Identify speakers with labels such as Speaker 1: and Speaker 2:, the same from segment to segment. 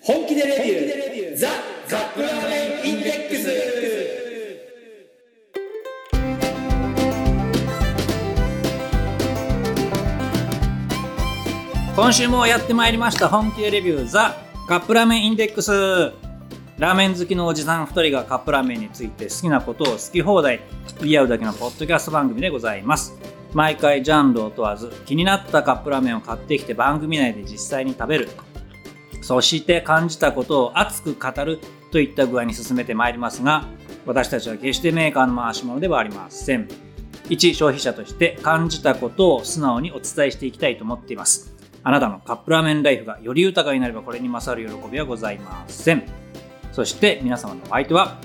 Speaker 1: 本気でレビューザ・カップラーメンインデックス
Speaker 2: 今週もやってまいりました本気でレビューザカップラーメンインデックスラーメン好きのおじさん2人がカップラーメンについて好きなことを好き放題言い合うだけのポッドキャスト番組でございます毎回ジャンルを問わず気になったカップラーメンを買ってきて番組内で実際に食べるそして感じたことを熱く語るといった具合に進めてまいりますが私たちは決してメーカーの回し物ではありません一消費者として感じたことを素直にお伝えしていきたいと思っていますあなたのカップラーメンライフがより豊かになればこれに勝る喜びはございませんそして皆様のお相手は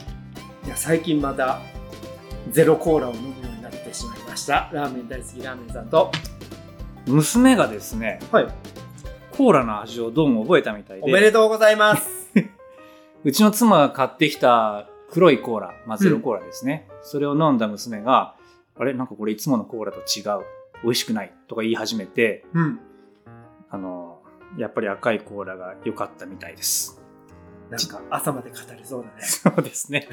Speaker 2: い
Speaker 3: や最近またゼロコーラを飲むようになってしまいましたラーメン大好きラーメンさんと
Speaker 2: 娘がですね
Speaker 3: はい
Speaker 2: コーラの味をどうも覚えたみたい
Speaker 3: おめ
Speaker 2: で
Speaker 3: でとうございます
Speaker 2: うちの妻が買ってきた黒いコーラ、まあ、ゼロコーラですね、それを飲んだ娘があれなんかこれいつものコーラと違う美味しくないとか言い始めて
Speaker 3: うん
Speaker 2: あのやっぱり赤いコーラが良かったみたいです
Speaker 3: なんか朝まで語りそうだね
Speaker 2: そうで すね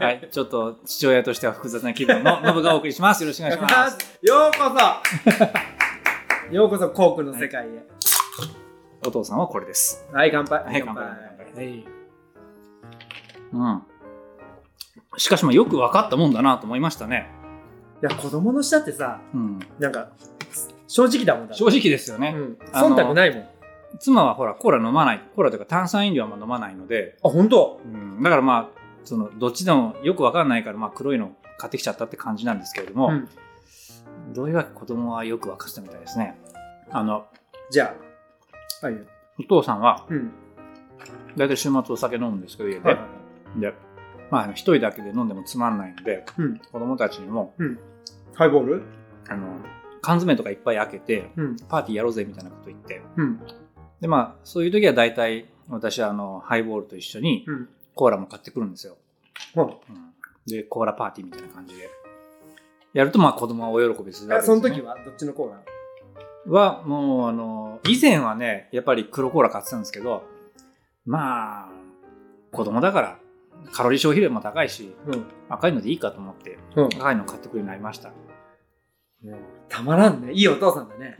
Speaker 2: はいちょっと父親としては複雑な気分のノブがお送りしますよろしくお願いします
Speaker 3: ようこそようこそコークの世界へはい、
Speaker 2: お父さんはこれです
Speaker 3: 乾杯
Speaker 2: はい乾
Speaker 3: 乾杯
Speaker 2: うん。しかし、まあ、よく分かったもんだなと思いましたね。
Speaker 3: いや子供の舌ってさ
Speaker 2: うん。
Speaker 3: なんか正直だもんだ
Speaker 2: 正直ですよね。
Speaker 3: うん、
Speaker 2: あの
Speaker 3: 忖度ないもんあ
Speaker 2: 妻はほら、コーラ飲まない。コーラというか炭酸飲料はあんま飲まないので、
Speaker 3: 本当
Speaker 2: うん。だからまあ、その、どっちでもよく分かんないから、まあ、黒いの買ってきちゃったって感じなんですけれども、
Speaker 3: うん
Speaker 2: どういうわけ子供はよく分かってたみたいですね。あの、
Speaker 3: じゃあはい
Speaker 2: お父さんは、
Speaker 3: うん
Speaker 2: だいたい週末お酒飲むんですけど、家で。
Speaker 3: はいはいはい
Speaker 2: で、まああの、一人だけで飲んでもつまんないので、
Speaker 3: うん
Speaker 2: 子供たちにも、
Speaker 3: ハイボール
Speaker 2: あの、缶詰とかいっぱい開けて、
Speaker 3: うん
Speaker 2: パーティーやろうぜみたいなこと言って、
Speaker 3: うん
Speaker 2: でまあそういう時は大体私はあのハイボールと一緒に
Speaker 3: うん
Speaker 2: コーラも買ってくるんですよ、
Speaker 3: うん
Speaker 2: うんでコーラパーティーみたいな感じでやるとまあ子供はお喜びするわ
Speaker 3: あ
Speaker 2: けです、
Speaker 3: そ
Speaker 2: ね、
Speaker 3: の時はどっちのコーラ
Speaker 2: はもうあの以前はねやっぱり黒コーラ買ってたんですけどまあ子供だからカロリー消費量も高いし
Speaker 3: うん
Speaker 2: 赤いのでいいかと思って
Speaker 3: うん
Speaker 2: 赤いの買ってくるようになりました
Speaker 3: もうたまらんね。いいお父さんだね。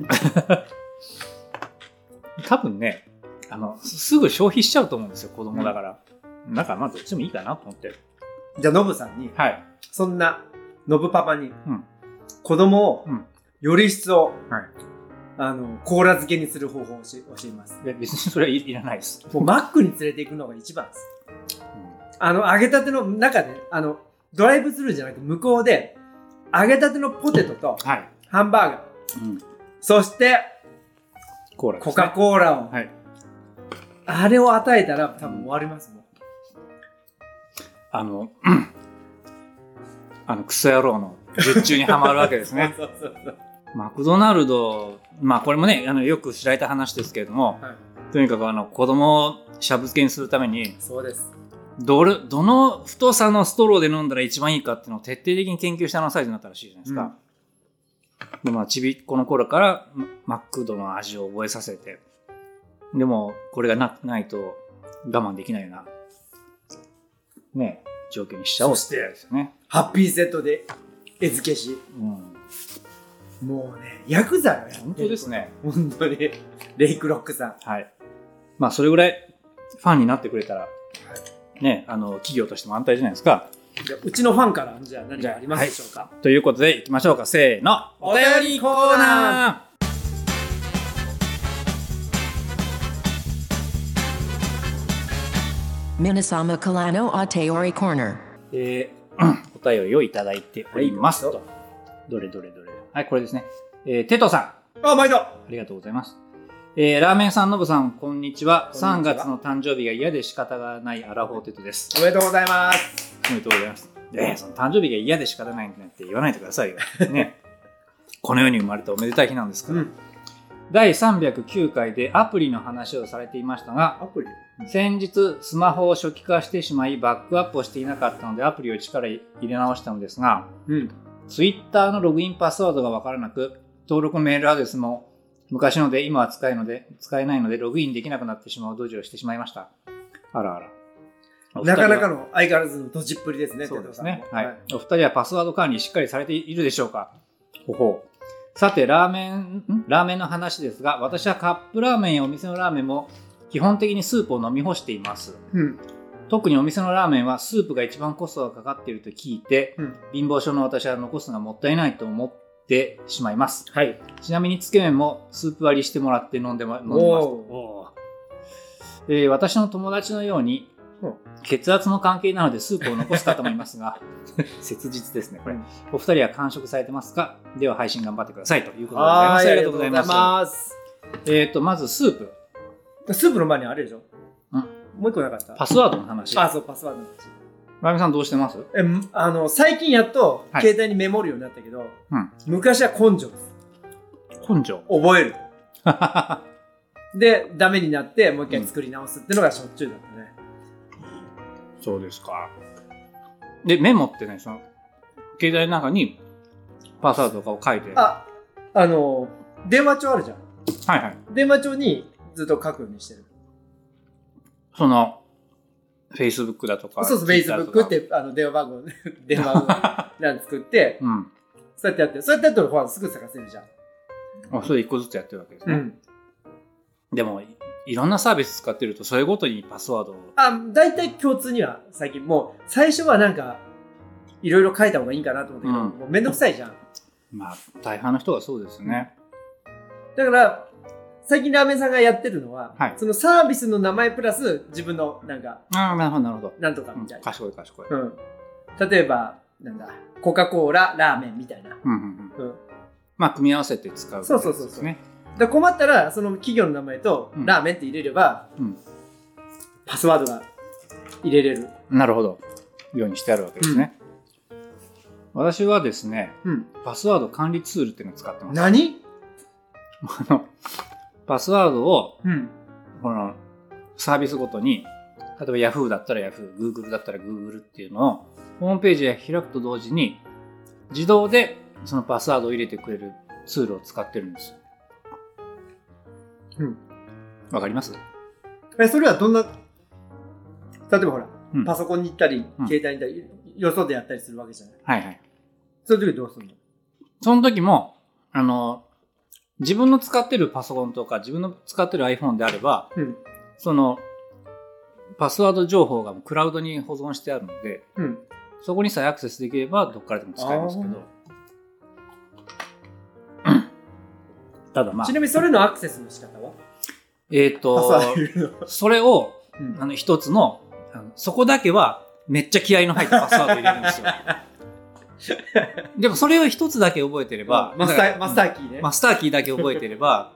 Speaker 2: 多分ねあのすすぐ消費しちゃうと思うんですよ子供だから、だからまあどっちでもいいかなと思って
Speaker 3: じゃあ、ノブさんに、
Speaker 2: はい
Speaker 3: そんな、ノブパパに、
Speaker 2: ん
Speaker 3: 子供を、
Speaker 2: うん
Speaker 3: より一層、
Speaker 2: はい
Speaker 3: あの、コーラ漬けにする方法を教え教えます。
Speaker 2: いや別にそれはいいらないです
Speaker 3: もうマックに連れて行くのが一番です。あの、揚げたての中で、あの、ドライブスルーじゃなく向こうで、揚げたてのポテトと
Speaker 2: はい。
Speaker 3: ハンバーガー、
Speaker 2: うん。
Speaker 3: そして、
Speaker 2: コーラです、ね。
Speaker 3: コカ・コーラを、
Speaker 2: はい。
Speaker 3: あれを与えたら多分終わりますもん。。
Speaker 2: あの、うんあの、クソ野郎の術中にはまるわけですね
Speaker 3: そうそうそう。
Speaker 2: マクドナルド、まあこれもね、あの、よく知られた話ですけれども、
Speaker 3: はい。
Speaker 2: とにかくあの、子供をしゃぶ漬けにするために、
Speaker 3: そうです。
Speaker 2: どれ、どの太さのストローで飲んだら一番いいかっていうのを徹底的に研究したあのサイズになったらしいじゃないですか。でまあ、ちびっこの頃からママクドの味を覚えさせて、でも、これがなないと我慢できないような、ね、状況にしちゃおうってことですよね。
Speaker 3: ハッピーセットで餌付けし、
Speaker 2: うん、
Speaker 3: もうね、ヤクザよ、やってる
Speaker 2: 本当です。ね。
Speaker 3: 本当に。レイクロックさん。
Speaker 2: はい。まあ、それぐらいファンになってくれたら、ね、あの、企業としても安泰じゃないですか。
Speaker 3: じゃあうちのファンから、じゃあ何かありますでしょうか。
Speaker 2: ということで、行きましょうか。せーの。
Speaker 3: お便りコーナー
Speaker 4: Minasama Kalano Ateori Corner.
Speaker 2: えー お便りをいただいております
Speaker 3: はい
Speaker 2: と。どれどれどれ。はい、これですね。えーテトさん、あ
Speaker 3: あ、毎度
Speaker 2: りがとうございます。えーラーメンさん、のぶさん、こんにちは。
Speaker 3: こん
Speaker 2: 3
Speaker 3: にちは
Speaker 2: 月の誕生日が嫌で仕方がないアラフォーテトです。
Speaker 3: おめでとうございます。
Speaker 2: おめでとうございます。えーその誕生日が嫌で仕方ないなんて言わないでく ださいよ。ね。この世に生まれたおめでたい日なんですから。
Speaker 3: うん
Speaker 2: 第309回でアプリの話をされていましたが、
Speaker 3: アプリ
Speaker 2: 先日スマホを初期化してしまいバックアップをしていなかったのでアプリを一から入れ直したのですが
Speaker 3: うん。
Speaker 2: Twitter のログインパスワードがわからなく登録メールアドレスも昔ので今は使えので使えないのでログインできなくなってしまうドジをしてしまいました。あらあら。
Speaker 3: なかなか
Speaker 2: の
Speaker 3: の相変わらずのドジっぷりですね、
Speaker 2: そうです
Speaker 3: テ
Speaker 2: ね
Speaker 3: ト。さ
Speaker 2: は
Speaker 3: ん
Speaker 2: い。お二人はパスワード管理しっかりされているでしょうかほほう。さて、ラーメン、んラーメンの話ですが、私はカップラーメンやお店のラーメンも基本的にスープを飲み干しています。
Speaker 3: うん。
Speaker 2: 特にお店のラーメンはスープが一番コストがかかっていると聞いて、
Speaker 3: うん
Speaker 2: 貧乏症の私は残すのがもったいないと思ってしまいます
Speaker 1: はい。
Speaker 2: ちなみにつけ麺もスープ割りしてもらって飲んでま飲んでます、
Speaker 3: お
Speaker 2: えー私の友達のように
Speaker 3: うん
Speaker 2: 血圧の関係なのでスープを残す方もいますが 切実ですねこれ、
Speaker 3: うん
Speaker 2: お二人は完食されてますかでは配信頑張ってくださいということでございま
Speaker 3: は
Speaker 2: す
Speaker 3: い、
Speaker 2: あ
Speaker 3: あ
Speaker 2: り
Speaker 3: りが
Speaker 2: が
Speaker 3: とうご
Speaker 2: とうござ
Speaker 3: ざ
Speaker 2: い
Speaker 3: い
Speaker 2: ます
Speaker 3: ます。
Speaker 2: えっ、とまずスープ
Speaker 3: スープの前にあれでしょ
Speaker 2: うん
Speaker 3: もう一個なかった
Speaker 2: パスワードの話
Speaker 3: あ、そう、パスワードの話
Speaker 2: ラミさんどうしてます
Speaker 3: えんあの最近やっと
Speaker 2: はい
Speaker 3: 携帯にメモるようになったけど、
Speaker 2: うん
Speaker 3: 昔は根性です
Speaker 2: 根性
Speaker 3: 覚え る
Speaker 2: あ
Speaker 3: でダメになってもう一回作り直すってのがしょっちゅうだったね、
Speaker 2: そうですか。で、メモってね、その、携帯の中にパスワードとかを書いて、は
Speaker 3: ああの電話帳あるじゃん
Speaker 2: いはい。
Speaker 3: 電話帳にずっと書くようにしてる
Speaker 2: その、Facebook だとか、
Speaker 3: そうそう
Speaker 2: Twitter と
Speaker 3: Facebook っ
Speaker 2: か。
Speaker 3: てあの電話番号 電話番号なん作って
Speaker 2: うん。あ、
Speaker 3: そうやってやってそうやってやったらほらすぐ探せるじゃん、
Speaker 2: それ一個ずつやってるわけですね。でも、いいろんなサービス使ってると、それごとにパスワードを。
Speaker 3: あ大体共通には最近もう最初はなんかいろいろ書いた方がいいんかなと思ったけど、
Speaker 2: うん
Speaker 3: もうめんどくさいじゃん
Speaker 2: まあ、大半の人がそうですね。
Speaker 3: だから、最近ラーメンさんがやってるのは、
Speaker 2: はい
Speaker 3: そのサービスの名前プラス自分のなんか、
Speaker 2: ああ、なるほど、なるほど。
Speaker 3: なんとか
Speaker 2: うん
Speaker 3: みたいな。
Speaker 2: 賢い、賢い。
Speaker 3: うん。例えば、なんだ、コカ・コーラ、ラーメンみたいな。
Speaker 2: うんうん
Speaker 3: う
Speaker 2: うんん。まあ、組み合わせて使う、
Speaker 3: そうそうそうそう
Speaker 2: ね。
Speaker 3: で困ったら、その企業の名前と
Speaker 2: うん
Speaker 3: ラーメンって入れれば、
Speaker 2: うん
Speaker 3: パスワードが入れれる。
Speaker 2: なるほど。ようにしてあるわけですね。私はですね、
Speaker 3: うん。
Speaker 2: パスワード管理ツールっていうのを使ってます。
Speaker 3: 何
Speaker 2: あのパスワードを
Speaker 3: うん。
Speaker 2: このサービスごとに、例えば Yahoo だったら Yahoo、Google だったら Google っていうのをホームページで開くと同時に自動でそのパスワードを入れてくれるツールを使ってるんですよ。
Speaker 3: うん。
Speaker 2: わかります
Speaker 3: え、それはどんな、例えばほら、
Speaker 2: うん
Speaker 3: パソコンに行ったり、
Speaker 2: うん
Speaker 3: 携帯に行ったり、よそでやったりするわけじゃない。
Speaker 2: はいはい。
Speaker 3: そういう時どうするの
Speaker 2: その時も、あの、自分の使ってるパソコンとか自分の使ってる iPhone であれば、
Speaker 3: うん。
Speaker 2: そのパスワード情報がもうクラウドに保存してあるので、
Speaker 3: うん。
Speaker 2: そこにさえアクセスできればどっからでも使えますけど。ただまあ
Speaker 3: ち、なみにそれのアクセスの仕方は
Speaker 2: えっ、
Speaker 3: パス
Speaker 2: と
Speaker 3: ワード、入れるの
Speaker 2: それを、
Speaker 3: うん
Speaker 2: あの、一つの、あのそこだけは、めっちゃ気合いの入ったパスワード入れるんですよ。でもそれを一つだけ覚えてれば、
Speaker 3: マスター、マスタ
Speaker 2: ー、
Speaker 3: ーキーね。
Speaker 2: マスターキーだけ覚えてれば、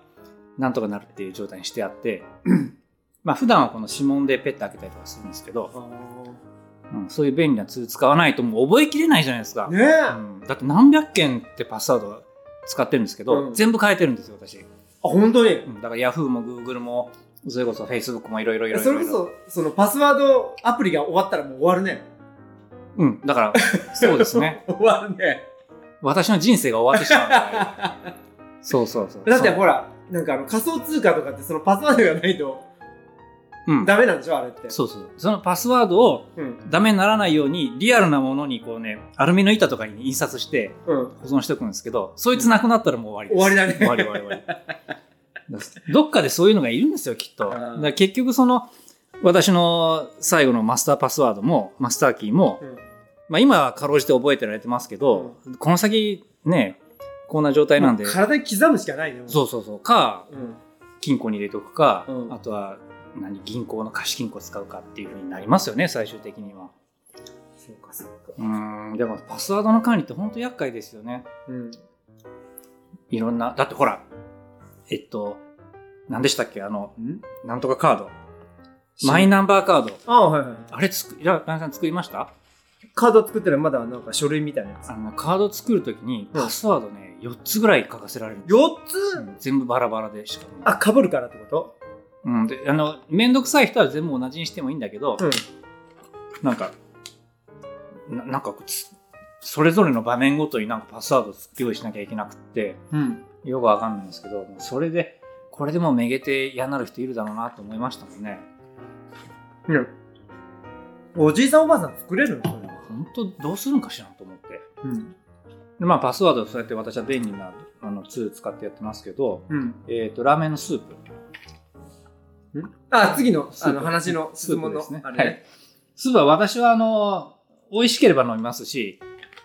Speaker 2: なんとかなるっていう状態にしてあって、まあ普段はこの指紋でペッて開けたりとかするんですけど、うんそういう便利なツール使わないともう覚えきれないじゃないですか。
Speaker 3: ねえ、あ、
Speaker 2: うんだって何百件ってパスワード使ってるんですけど、
Speaker 3: うん
Speaker 2: 全部変えてるんですよ私、
Speaker 3: 本当に。
Speaker 2: うんだから Yahoo も Google もそれこそ Facebook もいろいろいろいろ
Speaker 3: それこそ、そのパスワードアプリが終わったらもう終わるね。
Speaker 2: うんだからそうです ね
Speaker 3: 終わるね。
Speaker 2: 私の人生が終わってしまうから そうそうそう
Speaker 3: だって
Speaker 2: そう
Speaker 3: ほら、なんかあの仮想通貨とかってそのパスワードがないと
Speaker 2: うん
Speaker 3: ダメなんでしょあれって。
Speaker 2: そうそうそのパスワードを
Speaker 3: うん。
Speaker 2: ダメにならないようにリアルなものにこうねアルミの板とかに印刷して
Speaker 3: うん。
Speaker 2: 保存しておくんですけどそいつなくなったらもう終わりです
Speaker 3: 終わ
Speaker 2: 終わり終わり終わりだからどっかでそういうのがいるんですよきっと
Speaker 3: ん
Speaker 2: だから結局その私の最後のマスターパスワードもマスターキーも、
Speaker 3: うん
Speaker 2: まあ、今はかろうじて覚えてられてますけど、この先ねこんな状態なんで、
Speaker 3: もう体に刻むしかないね。も
Speaker 2: そうそうそうか
Speaker 3: う。うん。
Speaker 2: 金庫に入れておくか、
Speaker 3: うん
Speaker 2: あとは何銀行の貸金庫使うかっていうふうになりますよね最終的には
Speaker 3: そうかそうか。
Speaker 2: うーんでもパスワードの管理って本当厄介ですよね
Speaker 3: うん。
Speaker 2: いろんな、だってほら、えっと、何でしたっけあの、
Speaker 3: ん
Speaker 2: なんとかカード。マイナンバーカード。
Speaker 3: ああ、はいはい。
Speaker 2: あれ作、いや、ランさん作りました
Speaker 3: カード作ったらまだなんか書類みたいなやつ
Speaker 2: あ。の、カード作るときに、
Speaker 3: うん
Speaker 2: パスワードね、4つぐらい書かせられるんですよ。
Speaker 3: 4つ、
Speaker 2: うん全部バラバラでしかも。
Speaker 3: あ、かぶるからってこ
Speaker 2: うん。で、あの、めんどくさい人は全部同じにしてもいいんだけど、
Speaker 3: とうん。
Speaker 2: なんか、ななんかこうつそれぞれの場面ごとになんかパスワード用意しなきゃいけなくって、
Speaker 3: うん。
Speaker 2: よくわかんないんですけどそれでこれでもうめげて嫌になる人いるだろうなと思いましたもんね
Speaker 3: うんおじいさんおばあさん作れるのそれ
Speaker 2: 本当どうするんかしらと思って
Speaker 3: うん
Speaker 2: でまあパスワードそうやって私は便利なあのツール使ってやってますけど、
Speaker 3: うん
Speaker 2: えっとラーメンのスープ
Speaker 3: あ次の
Speaker 2: スープ
Speaker 3: あの話の質問の
Speaker 2: スープですね
Speaker 3: あれ
Speaker 2: は
Speaker 3: ね
Speaker 2: い、スープは私はあの美味しければ飲みますし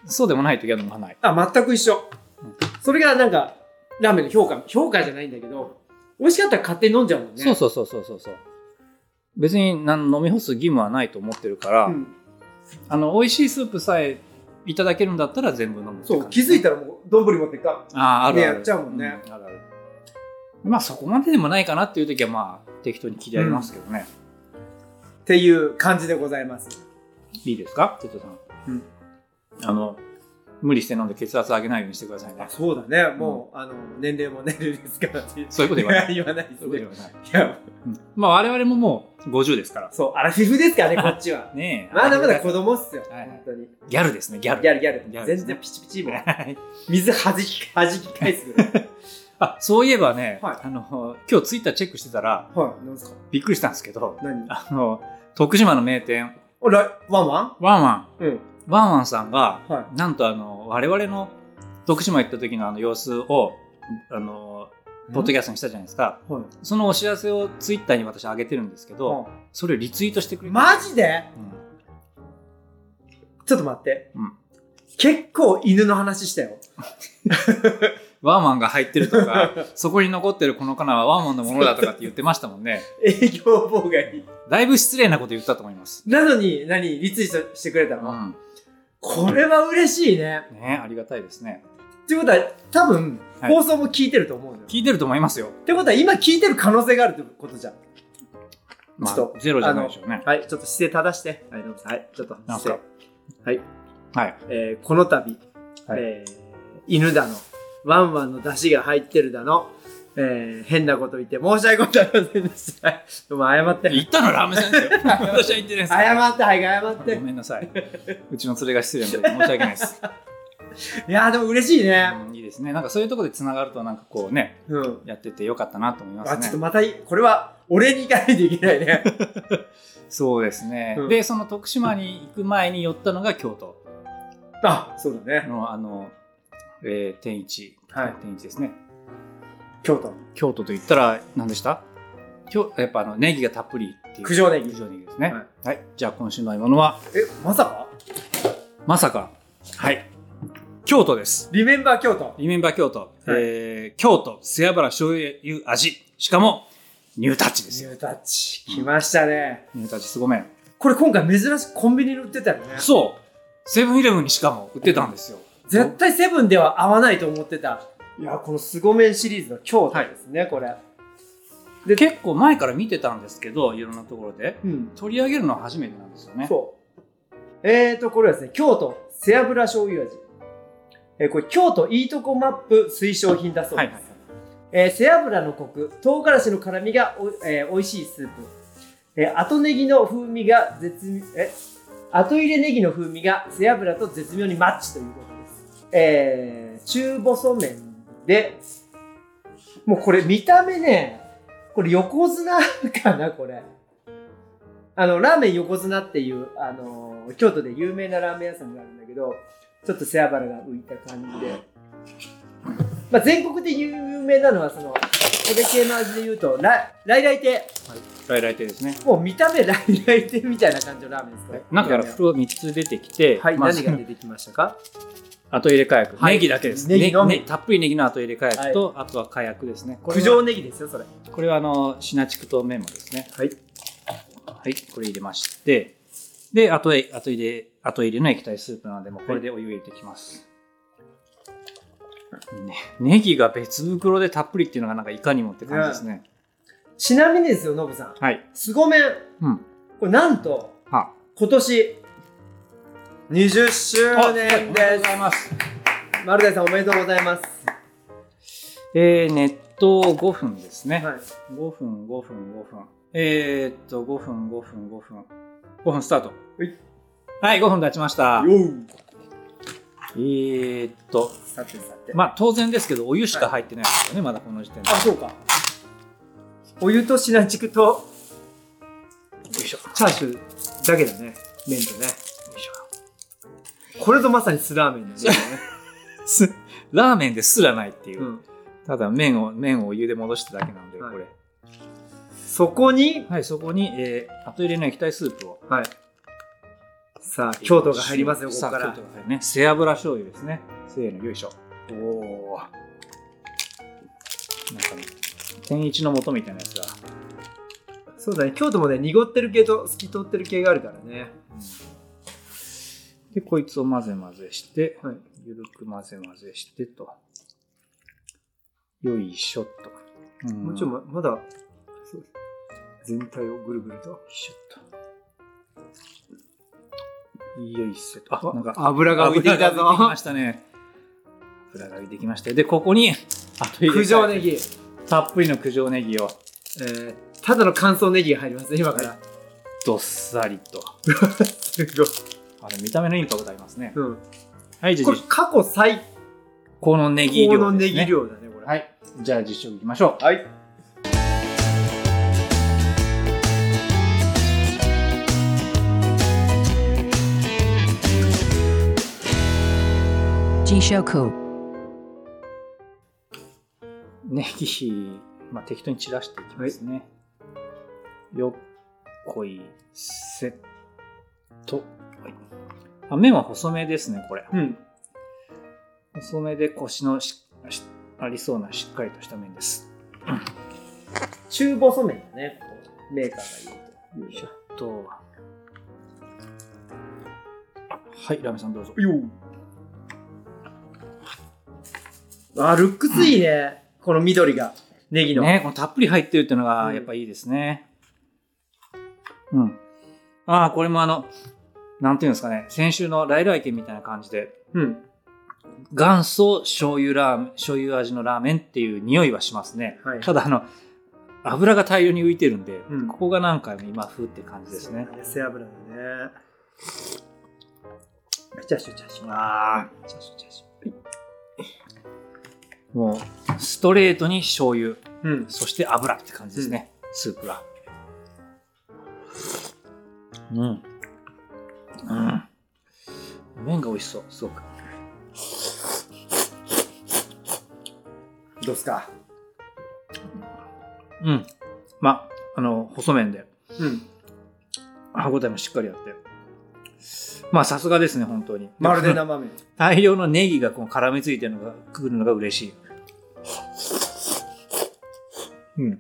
Speaker 2: そうでもない時は飲まない
Speaker 3: あ、全く一緒
Speaker 2: うん。
Speaker 3: それがなんか、ラーメンの評価、評価じゃないんだけど、美味しかったら勝手に飲んじゃうもんね。
Speaker 2: そうそうそうそうそうそう別になん飲み干す義務はないと思ってるから、
Speaker 3: うん
Speaker 2: あの美味しいスープさえいただけるんだったら全部飲む
Speaker 3: そう、気づい
Speaker 2: た
Speaker 3: たらもう、丼持ってか。
Speaker 2: あああるある、
Speaker 3: ねやっちゃうもんね
Speaker 2: あるあるまあそこまででもないかなっていう時はまあ適当に切り合いますけどね、
Speaker 3: っていう感じでございます。
Speaker 2: いいですか哲さん、
Speaker 3: うん
Speaker 2: あの無理して飲んで血圧上げないようにしてくださいね
Speaker 3: あ、そうだね。もう、あの、年齢も年齢ですからっていう。
Speaker 2: そういうこと言 わない
Speaker 3: いや言わないです
Speaker 2: そうい
Speaker 3: ね。いう
Speaker 2: ことではない
Speaker 3: や、
Speaker 2: うんまあ我々ももう50ですから
Speaker 3: そう、アラフィフですからね、こっち は。
Speaker 2: ねえ
Speaker 3: まだまだ子供っすよ。
Speaker 2: はいはい
Speaker 3: 本当に。
Speaker 2: ギャルですねギャル
Speaker 3: ギャルギャル。
Speaker 2: ギャルで
Speaker 3: 全
Speaker 2: すね
Speaker 3: 然ピチピチもん。
Speaker 2: はい
Speaker 3: 水はじき、はじき返すぐらい。
Speaker 2: あそういえばね、
Speaker 3: はい
Speaker 2: あの今日ツイッターチェックしてたら
Speaker 3: はい。なんすか
Speaker 2: びっくりしたんですけど
Speaker 3: 何
Speaker 2: あの徳島の名店
Speaker 3: おら、ワンワ
Speaker 2: ワンワ
Speaker 3: ンうん。
Speaker 2: ンワンワンさんが
Speaker 3: は
Speaker 2: なんとあの我々の徳島行った時のあの様子をあの
Speaker 3: い。
Speaker 2: ポッドキャストにしたじゃないですか、
Speaker 3: はい。
Speaker 2: そのお知らせをツイッターに私上げてるんですけど、
Speaker 3: うん
Speaker 2: それをリツイートしてくれて、
Speaker 3: マジで
Speaker 2: うん
Speaker 3: ちょっと待って。
Speaker 2: うん
Speaker 3: 結構犬の話したよ。
Speaker 2: ワンワンが入ってると かそこに残ってるこの花はワンワンのものだとかって言ってましたもんね
Speaker 3: 営業妨害。
Speaker 2: だいぶ失礼なこと言ったと思います、
Speaker 3: なのに、何リツイートしてくれた
Speaker 2: う
Speaker 3: の、
Speaker 2: ん、
Speaker 3: これは嬉しいね。
Speaker 2: ねありがたいですね
Speaker 3: ってことは、多分、
Speaker 2: はい
Speaker 3: 放送も聞いてると思うのよ。
Speaker 2: 聞いてると思いますよ、
Speaker 3: ってことは、今聞いてる可能性があるってことじゃん。
Speaker 2: まあ
Speaker 3: ちょっと
Speaker 2: ゼロじゃないでしょうね
Speaker 3: はい、ちょっと姿勢正して。はい、どうもはい、ちょっと
Speaker 2: なんす
Speaker 3: 姿
Speaker 2: か
Speaker 3: 勢。はい、
Speaker 2: はい
Speaker 3: えーこの度、
Speaker 2: はい
Speaker 3: えー犬だの、ワンワンの出汁が入ってるだの、えー変なこと言って申し訳ございませんでした。 はいどうも謝って。
Speaker 2: 言ったのラーメンさん ですよ私は言ってないです
Speaker 3: 謝って、はい、謝っ
Speaker 2: ご
Speaker 3: て。
Speaker 2: めんなさい。うちの連れが失礼なので申し訳ないです、
Speaker 3: いやー、でも嬉しいね。
Speaker 2: うんいいですね。なんかそういうところでつながると、なんかこうね、
Speaker 3: うん。
Speaker 2: やっててよかったなと思います
Speaker 3: あ、ちょっと
Speaker 2: ね。
Speaker 3: またい、これは、俺に行かないといけないね。
Speaker 2: そうですね、
Speaker 3: うん
Speaker 2: で、その徳島に行く前に寄ったのが京都
Speaker 3: あ、そうだね。
Speaker 2: の、あの、えー天一、
Speaker 3: はい
Speaker 2: 天一ですね。
Speaker 3: 京都。
Speaker 2: 京都と言ったら何でした京やっぱあのネギがたっぷりっていう。
Speaker 3: 九条ネギ
Speaker 2: 九条ネギですね。
Speaker 3: は
Speaker 2: はい。じゃあ今週の買い物は、
Speaker 3: え、まさか
Speaker 2: まさか、はい。京都です。
Speaker 3: リメンバー京都。
Speaker 2: リメンバー京都、
Speaker 3: はい
Speaker 2: えー京都背脂醤油味しかもニュータッチです
Speaker 3: ニ
Speaker 2: よ
Speaker 3: ュータッチ。来ましたね。
Speaker 2: ニュータッチすごめん
Speaker 3: これ今回珍しくコンビニに売ってたよね。
Speaker 2: そうセブンイレブンにしかも売ってたんですよ
Speaker 3: 絶対セブンでは合わないと思ってた。いや、この凄麺シリーズの京都ですね、これ。
Speaker 2: で結構前から見てたんですけどいろんなところで
Speaker 3: うん。
Speaker 2: 取り上げるのは初めてなんですよね
Speaker 3: そう。えーと、これはですね、京都背脂醤油味。えーこれ、京都いいとこマップ推奨品だそうです。
Speaker 2: はいはいはい
Speaker 3: えー背脂のコク、唐辛子の辛みがお、えー美味しいスープ。えー後ネギの風味が絶妙、え後入れネギの風味が背脂と絶妙にマッチということです。えー中細麺で、もうこれ見た目ね、これ横綱かな、これ。あの、ラーメン横綱っていう、あのー京都で有名なラーメン屋さんがあるんだけど、ちょっと背脂が浮いた感じで。まあ、全国で有名なのは、その、これ系の味で言うと、ラ来来亭。
Speaker 2: 来来亭ですね
Speaker 3: もう見た目来来亭みたいな感じのラーメンですかね。
Speaker 2: 中から袋3つ出てきて、
Speaker 3: はい、
Speaker 2: まあ
Speaker 3: 何が出てきましたか
Speaker 2: 後入れ火薬、
Speaker 3: はい
Speaker 2: ネギだけです
Speaker 3: ネギのみ
Speaker 2: ねねたっぷりネギの後入れ火薬と、あとは火薬ですねこれ
Speaker 3: 九
Speaker 2: は
Speaker 3: 条ネギですよ、それ。
Speaker 2: これはあのシナチクとメモですね
Speaker 3: はい。
Speaker 2: はい、これ入れまして、で、後へ、後入れ、後入れの液体スープなので、もうこれでお湯入れていきます。ね、ネギが別袋でたっぷりっていうのがなんかいかにもって感じですね。
Speaker 3: ちなみにですよ、ノブさん。
Speaker 2: はい。
Speaker 3: 凄麺。
Speaker 2: うん。
Speaker 3: これなんと、
Speaker 2: は
Speaker 3: 今年、20周
Speaker 2: あ、はいお
Speaker 3: 年
Speaker 2: めでとう
Speaker 3: で
Speaker 2: ございます。
Speaker 3: す。丸大さんおめでとうございます。
Speaker 2: えー、熱湯5分ですね。
Speaker 3: はい。
Speaker 2: 5分、5分、5分。えー、っと、5分、5分、5分。5分スタート。
Speaker 3: はい。
Speaker 2: はい、5分経ちました。
Speaker 3: よう
Speaker 2: えー、っと、
Speaker 3: さてさて。
Speaker 2: まあ当然ですけど、お湯しか入ってないですよね、まだこの時点で。
Speaker 3: あ、そうか。お湯とシナチクと、よいしょチャーシューだけだね。麺とね。よいしょこれぞまさにスラーメンだね。
Speaker 2: すラーメンですらないっていう。
Speaker 3: うん、
Speaker 2: ただ麺を、麺をお湯で戻しただけなんで、
Speaker 3: はい
Speaker 2: これ。
Speaker 3: そこに、
Speaker 2: はい、そこに、えー、後入れの液体スープを。
Speaker 3: はい。さあ、京都が入りますよ、ここ
Speaker 2: さあ
Speaker 3: か
Speaker 2: 京
Speaker 3: ら
Speaker 2: 都。が入るね。背脂醤油ですね。せーの、よいしょ。おお。なんかね、天一の素みたいなやつだ。
Speaker 3: そうだね、京都もね、濁ってる系と透き通ってる系があるからね。
Speaker 2: で、こいつを混ぜ混ぜして、
Speaker 3: はい。
Speaker 2: ゆるく混ぜ混ぜしてと。よいしょっと。うん
Speaker 3: もうちょいままだ、そう全体をぐるぐると。
Speaker 2: シュッと。よいしょっと。あ、なんか、
Speaker 3: 油が浮いてきた
Speaker 2: 油が浮
Speaker 3: ぞ
Speaker 2: いてきま。したね。油が浮いてきましたよ。で、ここに、あ と入れたい
Speaker 3: 九条ネギ。え
Speaker 2: たっぷりの九条ネギを、
Speaker 3: ー、ただの乾燥ネギが入りますね、今から。
Speaker 2: どっさりと。
Speaker 3: すごい。
Speaker 2: あれ、見た目のインパクトあります ね。
Speaker 3: うん。
Speaker 2: はい、じゃ
Speaker 3: こ
Speaker 2: あ
Speaker 3: れ、、過去最
Speaker 2: このネギ
Speaker 3: 高
Speaker 2: 量
Speaker 3: の
Speaker 2: で
Speaker 3: ネ
Speaker 2: す
Speaker 3: ギ
Speaker 2: ね。
Speaker 3: 量だね、これ。
Speaker 2: はい。じゃあ、実食いきましょう。
Speaker 3: はい。
Speaker 4: Jishoku.
Speaker 2: ネギ、まあ、適当に散らしていきますね。よっこいせっと。はいあ麺は細めですね、これ。
Speaker 3: うん。
Speaker 2: 細めでコシのししありそうなしっかりとした麺です。
Speaker 3: 中細麺だね、ここメーカーが言うと。よいしょ。
Speaker 2: とはい、ラメさんどうぞ。
Speaker 3: あ、ルックスいいね。この緑が。ネギの。
Speaker 2: ね、このたっぷり入ってるっていうの
Speaker 3: う
Speaker 2: が
Speaker 3: ん
Speaker 2: やっぱいいですね。うん。ああ、これもあの、なんていうんですかね、先週のライ来県みたいな感じで、
Speaker 3: うん。
Speaker 2: 元祖醤油ラーメン、醤油味のラーメンっていう匂いはしますね。
Speaker 3: はい
Speaker 2: ただあの、油が大量に浮いてるんで、
Speaker 3: うん
Speaker 2: ここがなんか今風って感じですね。
Speaker 3: 背脂だね。チャーシューチャーシュー。
Speaker 2: ああ、もう、ストレートに醤油、
Speaker 3: うん。
Speaker 2: そして油って感じですね、スープが。うん。うん。麺が美味しそう、すごく。
Speaker 3: どうっすか
Speaker 2: うん。ま、あの、細麺で、
Speaker 3: うん。
Speaker 2: 歯応えもしっかりあって。まあ、さすがですね、本当に。
Speaker 3: まるで生麺。
Speaker 2: 大量のネギがこう絡みついてるのが、くるのが嬉しい。うん。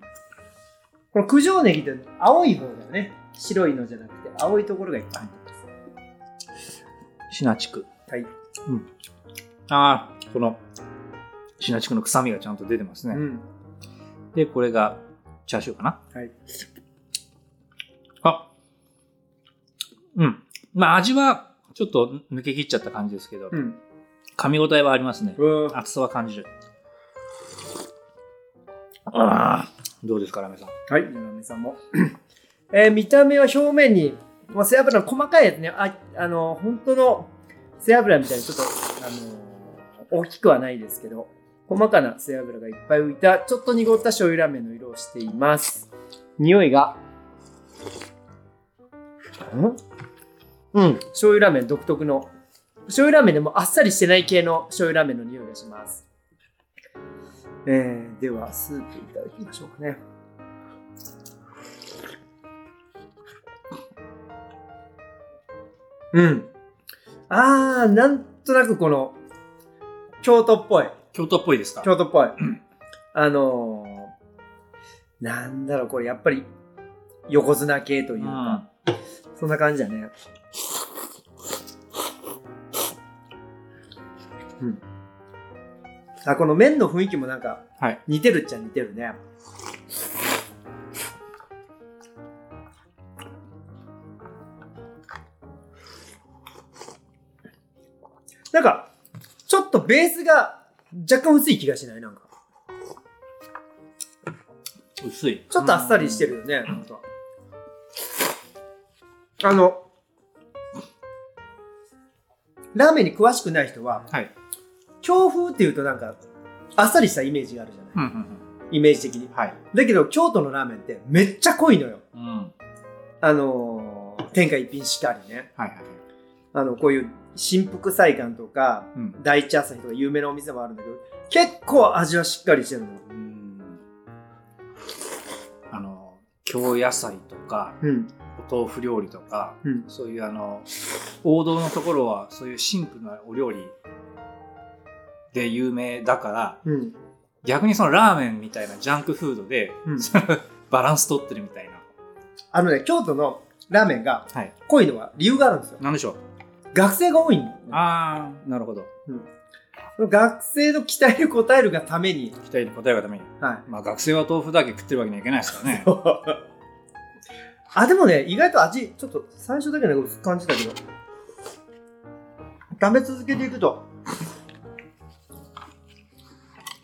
Speaker 3: この九条ネギって青い方だよね。白いのじゃなくて、青いところがいっぱい入ってます。
Speaker 2: シナチク。
Speaker 3: はい。
Speaker 2: ああ、この、シナチクの臭みがちゃんと出てますね。
Speaker 3: うん。
Speaker 2: で、これが、チャーシューかな。
Speaker 3: はい。
Speaker 2: あ、うん。まあ、味は、ちょっと抜け切っちゃった感じですけど、
Speaker 3: うん。
Speaker 2: 噛み応えはありますね。
Speaker 3: うん。
Speaker 2: 厚さは感じる。ああ、どうですか、ラメさん。
Speaker 3: はい、柳目さんも。 えー見た目は表面に、まあ、背脂の細かいやつね、あ、あの、本当の背脂みたいにちょっと、あのー大きくはないですけど、細かな背脂がいっぱい浮いた、ちょっと濁った醤油ラーメンの色をしています。匂いが、うん、醤油ラーメン独特の、醤油ラーメンでもあっさりしてない系の醤油ラーメンの匂いがします。えーでは、スープいただきましょうかね。うん。あー、なんとなくこの、京都っぽい。
Speaker 2: 京都っぽいですか
Speaker 3: 京都っぽい。あのー、なんだろう、これやっぱり、横綱系といううんか、。そんな感じだね。うん。あ、この麺の雰囲気もなんか、
Speaker 2: はい。
Speaker 3: 似てるっちゃ似てるね。なんか、ちょっとベースが若干薄い気がしないなんか。
Speaker 2: 薄い。
Speaker 3: ちょっとあっさりしてるよね。なんかあの、ラーメンに詳しくない人は、
Speaker 2: はい。
Speaker 3: 京風っていうとなんか、あっさりしたイメージがあるじゃない。
Speaker 2: うんうんうん。
Speaker 3: イメージ的に。
Speaker 2: はい。
Speaker 3: だけど、京都のラーメンってめっちゃ濃いのよ。
Speaker 2: うん。はい
Speaker 3: あのー天下一品しかりね。
Speaker 2: はいはい。
Speaker 3: あの、こういう、新福菜館とか、
Speaker 2: うん。
Speaker 3: 第一朝日とか有名なお店もあるんだけど、結構味はしっかりしてるの。
Speaker 2: うん。あの、京野菜とか、
Speaker 3: うん。
Speaker 2: お豆腐料理とか、
Speaker 3: うん。
Speaker 2: そういうあの、王道のところは、そういうシンプルなお料理で有名だから、
Speaker 3: うん。
Speaker 2: 逆にそのラーメンみたいなジャンクフードで、
Speaker 3: うん
Speaker 2: そのバランス取ってるみたいな。
Speaker 3: あのね、京都のラーメンが
Speaker 2: はい。
Speaker 3: 濃いのは理由があるんですよ。
Speaker 2: なんでしょう
Speaker 3: 学生が多いんだよね、
Speaker 2: ああ、なるほど。
Speaker 3: その学生の期待に応えるがために、
Speaker 2: 期待に応えるがために。
Speaker 3: はい。
Speaker 2: まあ学生は豆腐だけ食ってるわけにはいけないですからね。
Speaker 3: あ、でもね、意外と味、ちょっと最初だけね、薄く感じたけど、食べ続けていくと、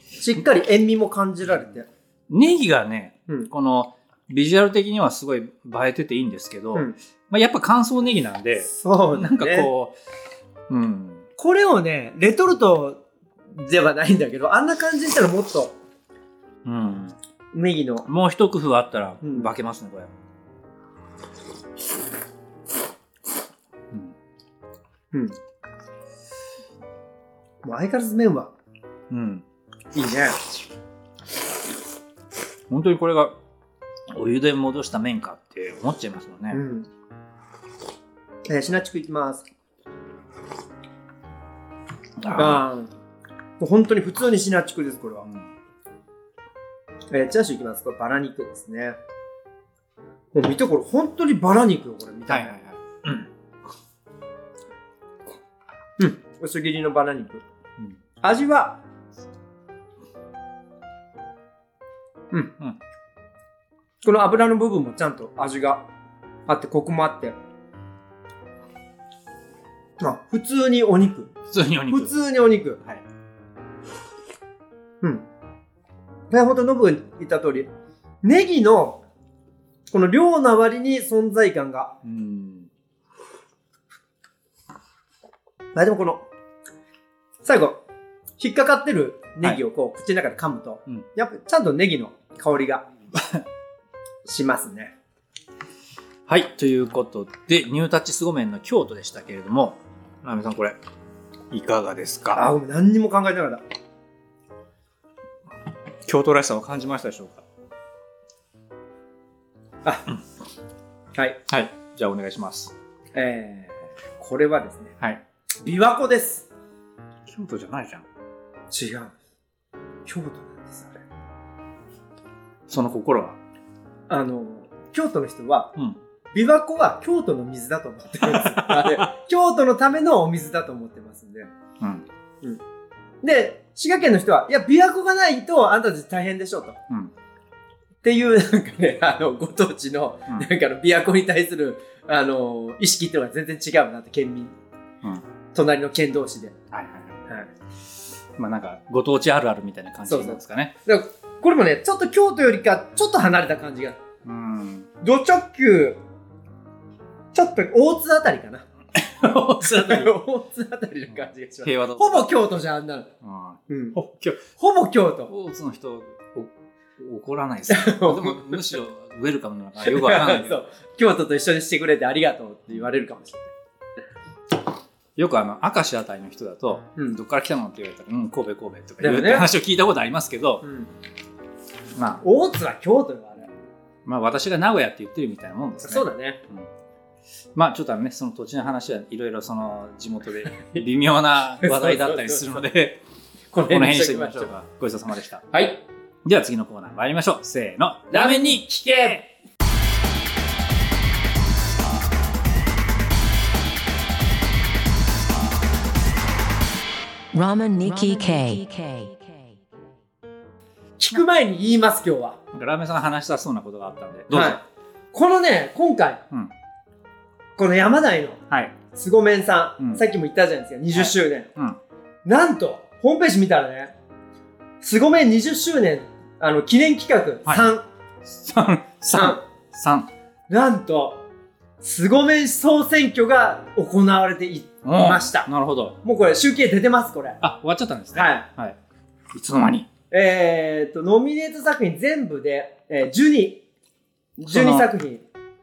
Speaker 3: しっかり塩味も感じられて、
Speaker 2: ネギがね、
Speaker 3: うん
Speaker 2: このビジュアル的にはすごい映えてていいんですけど、
Speaker 3: うん
Speaker 2: まあ、やっぱ乾燥ネギなんで、
Speaker 3: そう
Speaker 2: なんかこう、うん、
Speaker 3: これをね、レトルトではないんだけど、あんな感じにしたらもっと
Speaker 2: うん、
Speaker 3: ネギの、
Speaker 2: もう一工夫あったら
Speaker 3: うん
Speaker 2: 化けますね、これ。うん
Speaker 3: うん。もう相変わらず麺は、
Speaker 2: うん、
Speaker 3: いいね。
Speaker 2: 本当にこれがお湯で戻した麺かって思っちゃいますよね。
Speaker 3: うん。えー、シナチクいきます。
Speaker 2: あ
Speaker 3: ああ。もう本当に普通にシナチクです、これは
Speaker 2: ー、。うん
Speaker 3: えー、チャーシューいきます。これバラ肉ですね。もう見てこれ、本当にバラ肉よ、これ、見た
Speaker 2: はい
Speaker 3: い
Speaker 2: はいは。
Speaker 3: ないうん。薄切りのバラ肉。
Speaker 2: うん
Speaker 3: 味は、うん。
Speaker 2: うん
Speaker 3: この油の部分もちゃんと味があって、コクもあって。あ、普通にお肉。
Speaker 2: 普通にお肉。
Speaker 3: 普通にお肉。
Speaker 2: はい。
Speaker 3: うん。ね、ほんと、ノブが言った通り、ネギの、この量の割に存在感が、
Speaker 2: うん。
Speaker 3: あ、でもこの、最後、引っかかってるネギをこう、口の中で噛むと、
Speaker 2: うん
Speaker 3: やっぱちゃんとネギの香り が、しますね。
Speaker 2: はい、ということで、ニュータッチ凄麺の京都でしたけれども、なみさんこれ、いかがです
Speaker 3: あ、
Speaker 2: か
Speaker 3: ごめん、何にも考えてなかった。
Speaker 2: 京都らしさを感じましたでしょうか
Speaker 3: はい。
Speaker 2: はい、じゃあお願いします。
Speaker 3: えー、これはですね、
Speaker 2: はい。
Speaker 3: 琵琶湖です。
Speaker 2: 京都じゃないじゃん。
Speaker 3: 違う。京都なんです、あれ。
Speaker 2: その心は。
Speaker 3: あの、京都の人は、
Speaker 2: うん。
Speaker 3: 琵琶湖は京都の水だと思ってるんです よあれ京都のためのお水だと思ってますんで。
Speaker 2: うん。
Speaker 3: で、滋賀県の人は、いや、琵琶湖がないとあんたたち大変でしょうと。っ
Speaker 2: うん。
Speaker 3: ていう、なんかね、 あの、ご当地の、
Speaker 2: うん
Speaker 3: なんかあの、琵琶湖に対する、あの、意識っていうのが全然違うなって、県民。
Speaker 2: うん。はい
Speaker 3: 隣の県同士で。は
Speaker 2: はいはい。
Speaker 3: い。
Speaker 2: まあなんか、ご当地あるあるみたいな感じなんですかね。
Speaker 3: だからこれもね、ちょっと京都よりか、ちょっと離れた感じが。
Speaker 2: うん。
Speaker 3: 土直球、ちょっと大津あたりか な。
Speaker 2: 大津あたり
Speaker 3: 大津あたりの感じがします。
Speaker 2: 平和だ
Speaker 3: ほぼ京都じゃんあんなの。
Speaker 2: うん。
Speaker 3: うん。
Speaker 2: お京
Speaker 3: ほぼ京都。
Speaker 2: 大津の人、お怒らないです ね。でも、むしろ、ウェルカムなのかよくわかん ないけ
Speaker 3: そ
Speaker 2: ど。
Speaker 3: う京都と一緒にしてくれてありがとうって言われるかもしれない。
Speaker 2: よくあの、明石あたりの人だと、
Speaker 3: うん
Speaker 2: どっから来たのって言われたら、うん、神戸神戸とか言うっ
Speaker 3: だよ
Speaker 2: て
Speaker 3: ね
Speaker 2: 話を聞いたことありますけど、
Speaker 3: うん、
Speaker 2: まあ、
Speaker 3: 大津は京都よ、あれ。
Speaker 2: まあ私が名古屋って言ってるみたいなもんですね。
Speaker 3: そうだね。
Speaker 2: まあちょっとあのね、その土地の話はいろいろその地元で 微妙な話題だったりするので、
Speaker 3: この
Speaker 2: この辺にしておきましょうか。ごちそうさまでした。
Speaker 3: はい。
Speaker 2: では次のコーナー参りましょう。せーの、ラーメンに聞け
Speaker 4: ラーメンに
Speaker 5: Nikki
Speaker 4: 聞
Speaker 5: K.
Speaker 4: K.
Speaker 3: 聞く前に言います、今日は。
Speaker 2: なんかラーメンさんが話したそうなことがあったんで、どうぞ。
Speaker 3: はいこのね、今回、
Speaker 2: うん
Speaker 3: この山台の
Speaker 2: はい。
Speaker 3: 凄麺さん、
Speaker 2: うん
Speaker 3: さっきも言ったじゃないですか、20周年。
Speaker 2: うん
Speaker 3: なんと、ホームページ見たらね、凄麺20周年あの記念企画
Speaker 2: はい
Speaker 3: 3、
Speaker 2: 三三
Speaker 3: 3
Speaker 2: 三
Speaker 3: なんと、凄麺総選挙が行われてい
Speaker 2: ま
Speaker 3: ました
Speaker 2: なるほど。
Speaker 3: もうこれ集計出てますこれ
Speaker 2: あ、終わっちゃったんですね。
Speaker 3: はい
Speaker 2: はい。い、つの間に。
Speaker 3: えー、とノミネート作品全部で、えー、1212
Speaker 2: その
Speaker 3: 作品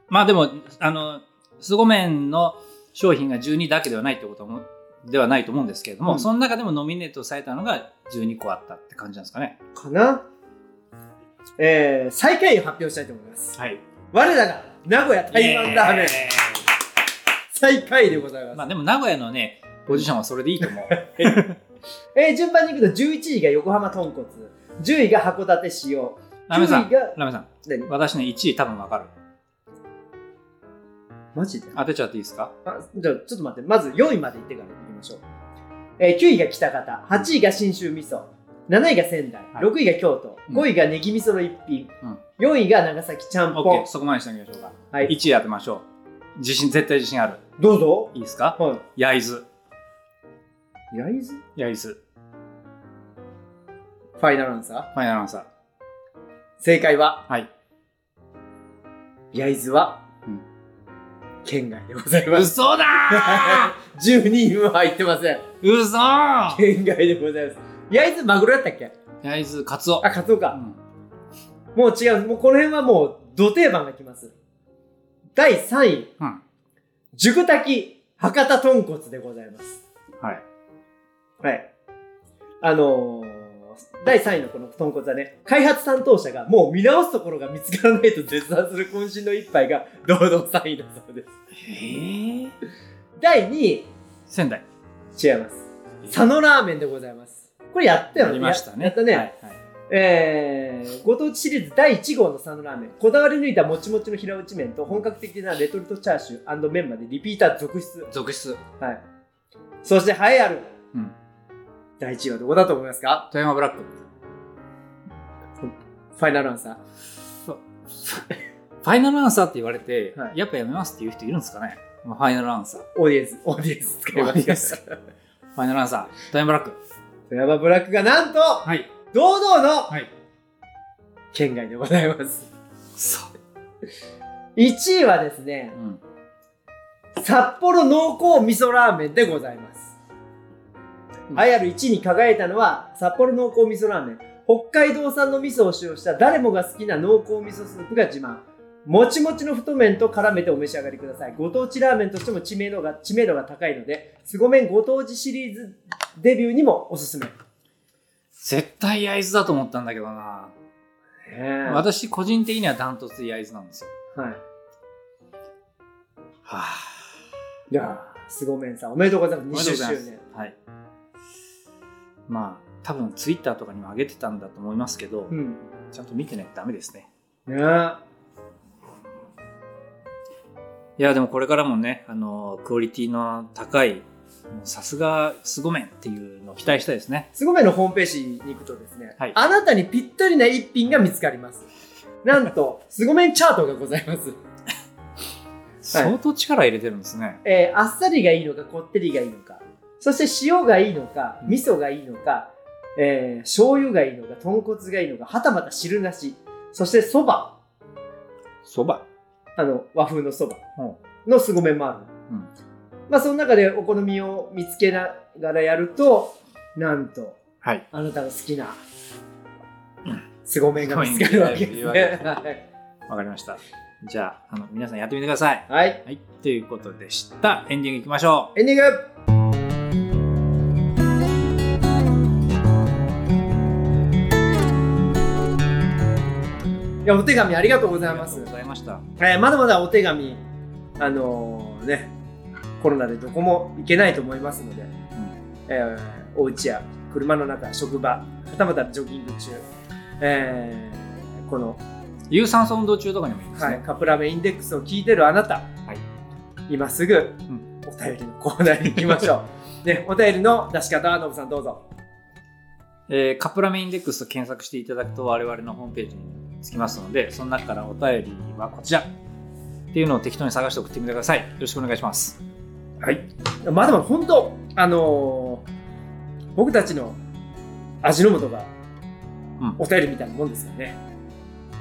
Speaker 2: まあでも、あの、凄麺の商品が12だけではないってことも、ではないと思うんですけれども、
Speaker 3: うん
Speaker 2: その中でもノミネートされたのが12個あったって感じなんですかね。
Speaker 3: かな、えー、最下位を発表したいと思います
Speaker 2: はい。
Speaker 3: 我らが名古屋台湾ラーメン最下位でございます、
Speaker 2: まあでも名古屋のね、ポジションはそれでいい と思う。
Speaker 3: えー、順番にいくと11位が横浜豚骨10位が函館塩
Speaker 2: ラメさ
Speaker 3: 10
Speaker 2: ん、
Speaker 3: 位が
Speaker 2: ラメさん、
Speaker 3: 何
Speaker 2: 私ね、1位多分わかる。
Speaker 3: マジで
Speaker 2: 当てちゃっていいですか
Speaker 3: あじゃあちょっと待ってまず4位まで行ってから行きましょう、えー9位が北方8位が信州味噌7位が仙台、
Speaker 2: はい
Speaker 3: 6位が京都
Speaker 2: うん
Speaker 3: 5位がネギ味噌の一品、
Speaker 2: うん
Speaker 3: 4位が長崎ちゃんぽん
Speaker 2: ?OK、、そこまでしておきましょうか。
Speaker 3: はい、
Speaker 2: 1位当てましょう。自信、絶対自信ある。
Speaker 3: どうぞ
Speaker 2: いいですか
Speaker 3: は
Speaker 2: 焼津。
Speaker 3: い焼津
Speaker 2: 焼津。フ
Speaker 3: ファイナルアンサー
Speaker 2: ァイナルアンサー。
Speaker 3: 正解は
Speaker 2: はい。
Speaker 3: 焼津は、
Speaker 2: うん
Speaker 3: 県外でございます
Speaker 2: 嘘だ
Speaker 3: 12人は入ってません
Speaker 2: ー嘘ー
Speaker 3: 県外でございます焼津マグロやったっけ
Speaker 2: 焼津カツオ。
Speaker 3: あカツオ
Speaker 2: う
Speaker 3: か、
Speaker 2: ん
Speaker 3: もう違うもうこの辺はもう土定番がきます第3位
Speaker 2: うん。
Speaker 3: 熟炊き博多豚骨でございます。
Speaker 2: はい。
Speaker 3: はい。あのー、第3位のこの豚骨はね、開発担当者がもう見直すところが見つからないと絶賛する渾身の一杯が堂々3位だそうです。
Speaker 2: へえ。
Speaker 3: 第2位、違い
Speaker 2: 仙台。
Speaker 3: ます。佐野ラーメンでございます。これやったよ
Speaker 2: や
Speaker 3: ね。
Speaker 2: りましたね。
Speaker 3: やったね。
Speaker 2: はい。はい
Speaker 3: えー、ご当地シリーズ第1号の佐野ラーメンこだわり抜いたもちもちの平打ち麺と本格的なレトルトチャーシューメンマでリピーター続出
Speaker 2: 続出。
Speaker 3: はい。そして、栄えある。
Speaker 2: うん
Speaker 3: 第1位はどこだと思いますか
Speaker 2: 富山ブラック。
Speaker 3: ファイナルアンサー。
Speaker 2: ファイナルアンサーって言われて、
Speaker 3: はい
Speaker 2: やっぱやめますっていう人いるんですかねまあファイナルアンサー。
Speaker 3: オーディエンス、オーディエンス使いま
Speaker 2: オーディエン
Speaker 3: し
Speaker 2: ス
Speaker 3: た。
Speaker 2: ファイナルアンサー。富山ブラック。
Speaker 3: 富山ブラックがなんと、
Speaker 2: はい。
Speaker 3: 堂々の
Speaker 2: はい。
Speaker 3: 県外でございます。
Speaker 2: そう。
Speaker 3: 1位はですね
Speaker 2: う、ん。
Speaker 3: 札幌濃厚味噌ラーメンでございます。
Speaker 2: う
Speaker 3: 栄
Speaker 2: ん
Speaker 3: えある1位に輝いたのは、札幌濃厚味噌ラーメン。北海道産の味噌を使用した誰もが好きな濃厚味噌スープが自慢。もちもちの太麺と絡めてお召し上がりください。ご当地ラーメンとしても知名度が知名度が高いので、凄麺ご当地シリーズデビューにもおすすめ。
Speaker 2: 絶対焼津だと思ったんだけどな。
Speaker 3: は
Speaker 2: 私、個人的にはダントツ焼津なんですよ。はぁ。
Speaker 3: い。いやー、凄麺さん、おめでとうございます。20周年。
Speaker 2: はい。まあ、多分ツイッターとかにも上げてたんだと思いますけど、
Speaker 3: うん。
Speaker 2: ちゃんと見てないとダメですね。
Speaker 3: ねあ
Speaker 2: いや、でもこれからもね、あの、クオリティの高い、もうさすが、すごめんっていうのを期待したいですね。
Speaker 3: すごめんのホームページに行くとですね、
Speaker 2: はい
Speaker 3: あなたにぴったりな一品が見つかります。なん と、すごめんチャートがございます。
Speaker 2: 相当力入れてるんですね。
Speaker 3: えーあっさりがいいのか、こってりがいいのか、そして塩がいいのか、味噌がいいのか、えー醤油がいいのか、豚骨がいいのか、はたまた汁なし、そしてそば、
Speaker 2: そば。
Speaker 3: あの、和風のそば
Speaker 2: うん
Speaker 3: のすごめもある。
Speaker 2: うん
Speaker 3: まあ、その中でお好みを見つけながらやると、なんと、
Speaker 2: はい。
Speaker 3: あなたの好きな
Speaker 2: うん、
Speaker 3: すごめが見つかるわけですね。
Speaker 2: すごいねわかりました。じゃあ、あの、皆さんやってみてください。
Speaker 3: はい。
Speaker 2: はい。ということでした。エンディングいきましょ
Speaker 3: エンディングいやお手紙ありがとうご
Speaker 2: う。
Speaker 3: ざいます
Speaker 2: ありがとう。ございました。
Speaker 3: えーまだまだお手紙、あのーね、コロナでどこも行けないと思いますので、えーお家や車の中、職場、はたまたジョギング中、えーこの、
Speaker 2: 有酸素運動中とかにもいいです
Speaker 3: はい
Speaker 2: ね。
Speaker 3: カップラーメンインデックスを聞いてるあなた、今すぐ、
Speaker 2: ん
Speaker 3: お便りのコーナーに行きましょ う。ね、お便りの出し方、ノブさんどうぞ。
Speaker 2: えーカップラーメンインデックスと検索していただくと我々のホームページにつきますのでその中からお便りはこちらっていうのを適当に探して送ってみてくださいよろしくお願いします
Speaker 3: はい。まだまだ本当、あのー僕たちの味の素が
Speaker 2: うん、
Speaker 3: お便りみたいなもんですからね。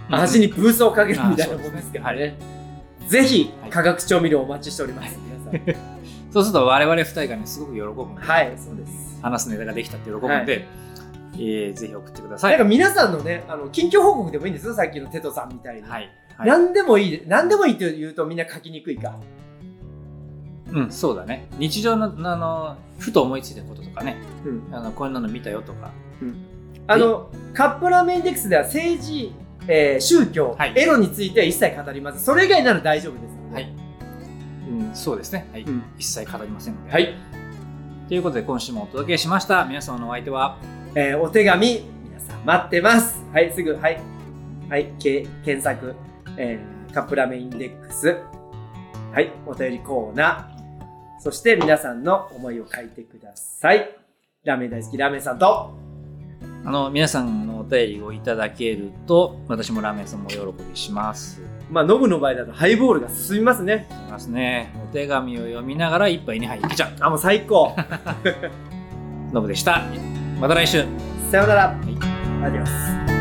Speaker 3: 味にブースをかけるみたいなもんですからね。ぜひ
Speaker 2: はい
Speaker 3: 化学調味料お待ちしております。皆さん。
Speaker 2: そそうすると我々二人がねすごく喜ぶんで、
Speaker 3: はい、そうです。
Speaker 2: 話すネタができたって喜ぶんで、えーぜひ送ってくださ
Speaker 3: なん
Speaker 2: い
Speaker 3: か。皆さんのね、あの近況報告でもいいんですよ、さっきのテトさんみたいに。
Speaker 2: はい、はい
Speaker 3: 何でもいい、何でもいいと言うとみんな書きにくいか。
Speaker 2: うん、そうだね。日常の、あの、ふと思いついたこととかね、
Speaker 3: うん
Speaker 2: あの、こんなの見たよとか、
Speaker 3: あの、カップラーメンインデックスでは政治、えー宗教、
Speaker 2: はい
Speaker 3: エロについては一切語りません。それ以外なら大丈夫ですので。
Speaker 2: はいうん、そうですね。はい。
Speaker 3: うん
Speaker 2: 一切語りませんので。
Speaker 3: はい。
Speaker 2: ということで、今週もお届けしました。皆様のお相手は、
Speaker 3: えーお手紙、皆さん待ってます。はい、すぐ、はい。はい、け検索、えーカップラーメンインデックス。はい、お便りコーナー。そして皆さんの思いを書いてください。ラーメン大好きラーメンさんと、
Speaker 2: あの、皆さんのお便りをいただけると、私もラーメンさんもお喜びします。
Speaker 3: まあ、ノブの場合だとハイボールが進みますね。
Speaker 2: しますね。お手紙を読みながら一杯二杯いけちゃう。
Speaker 3: あ、もう最高。
Speaker 2: ノブでした。また来週。
Speaker 3: さようなら。
Speaker 2: い
Speaker 3: ありがとうございます。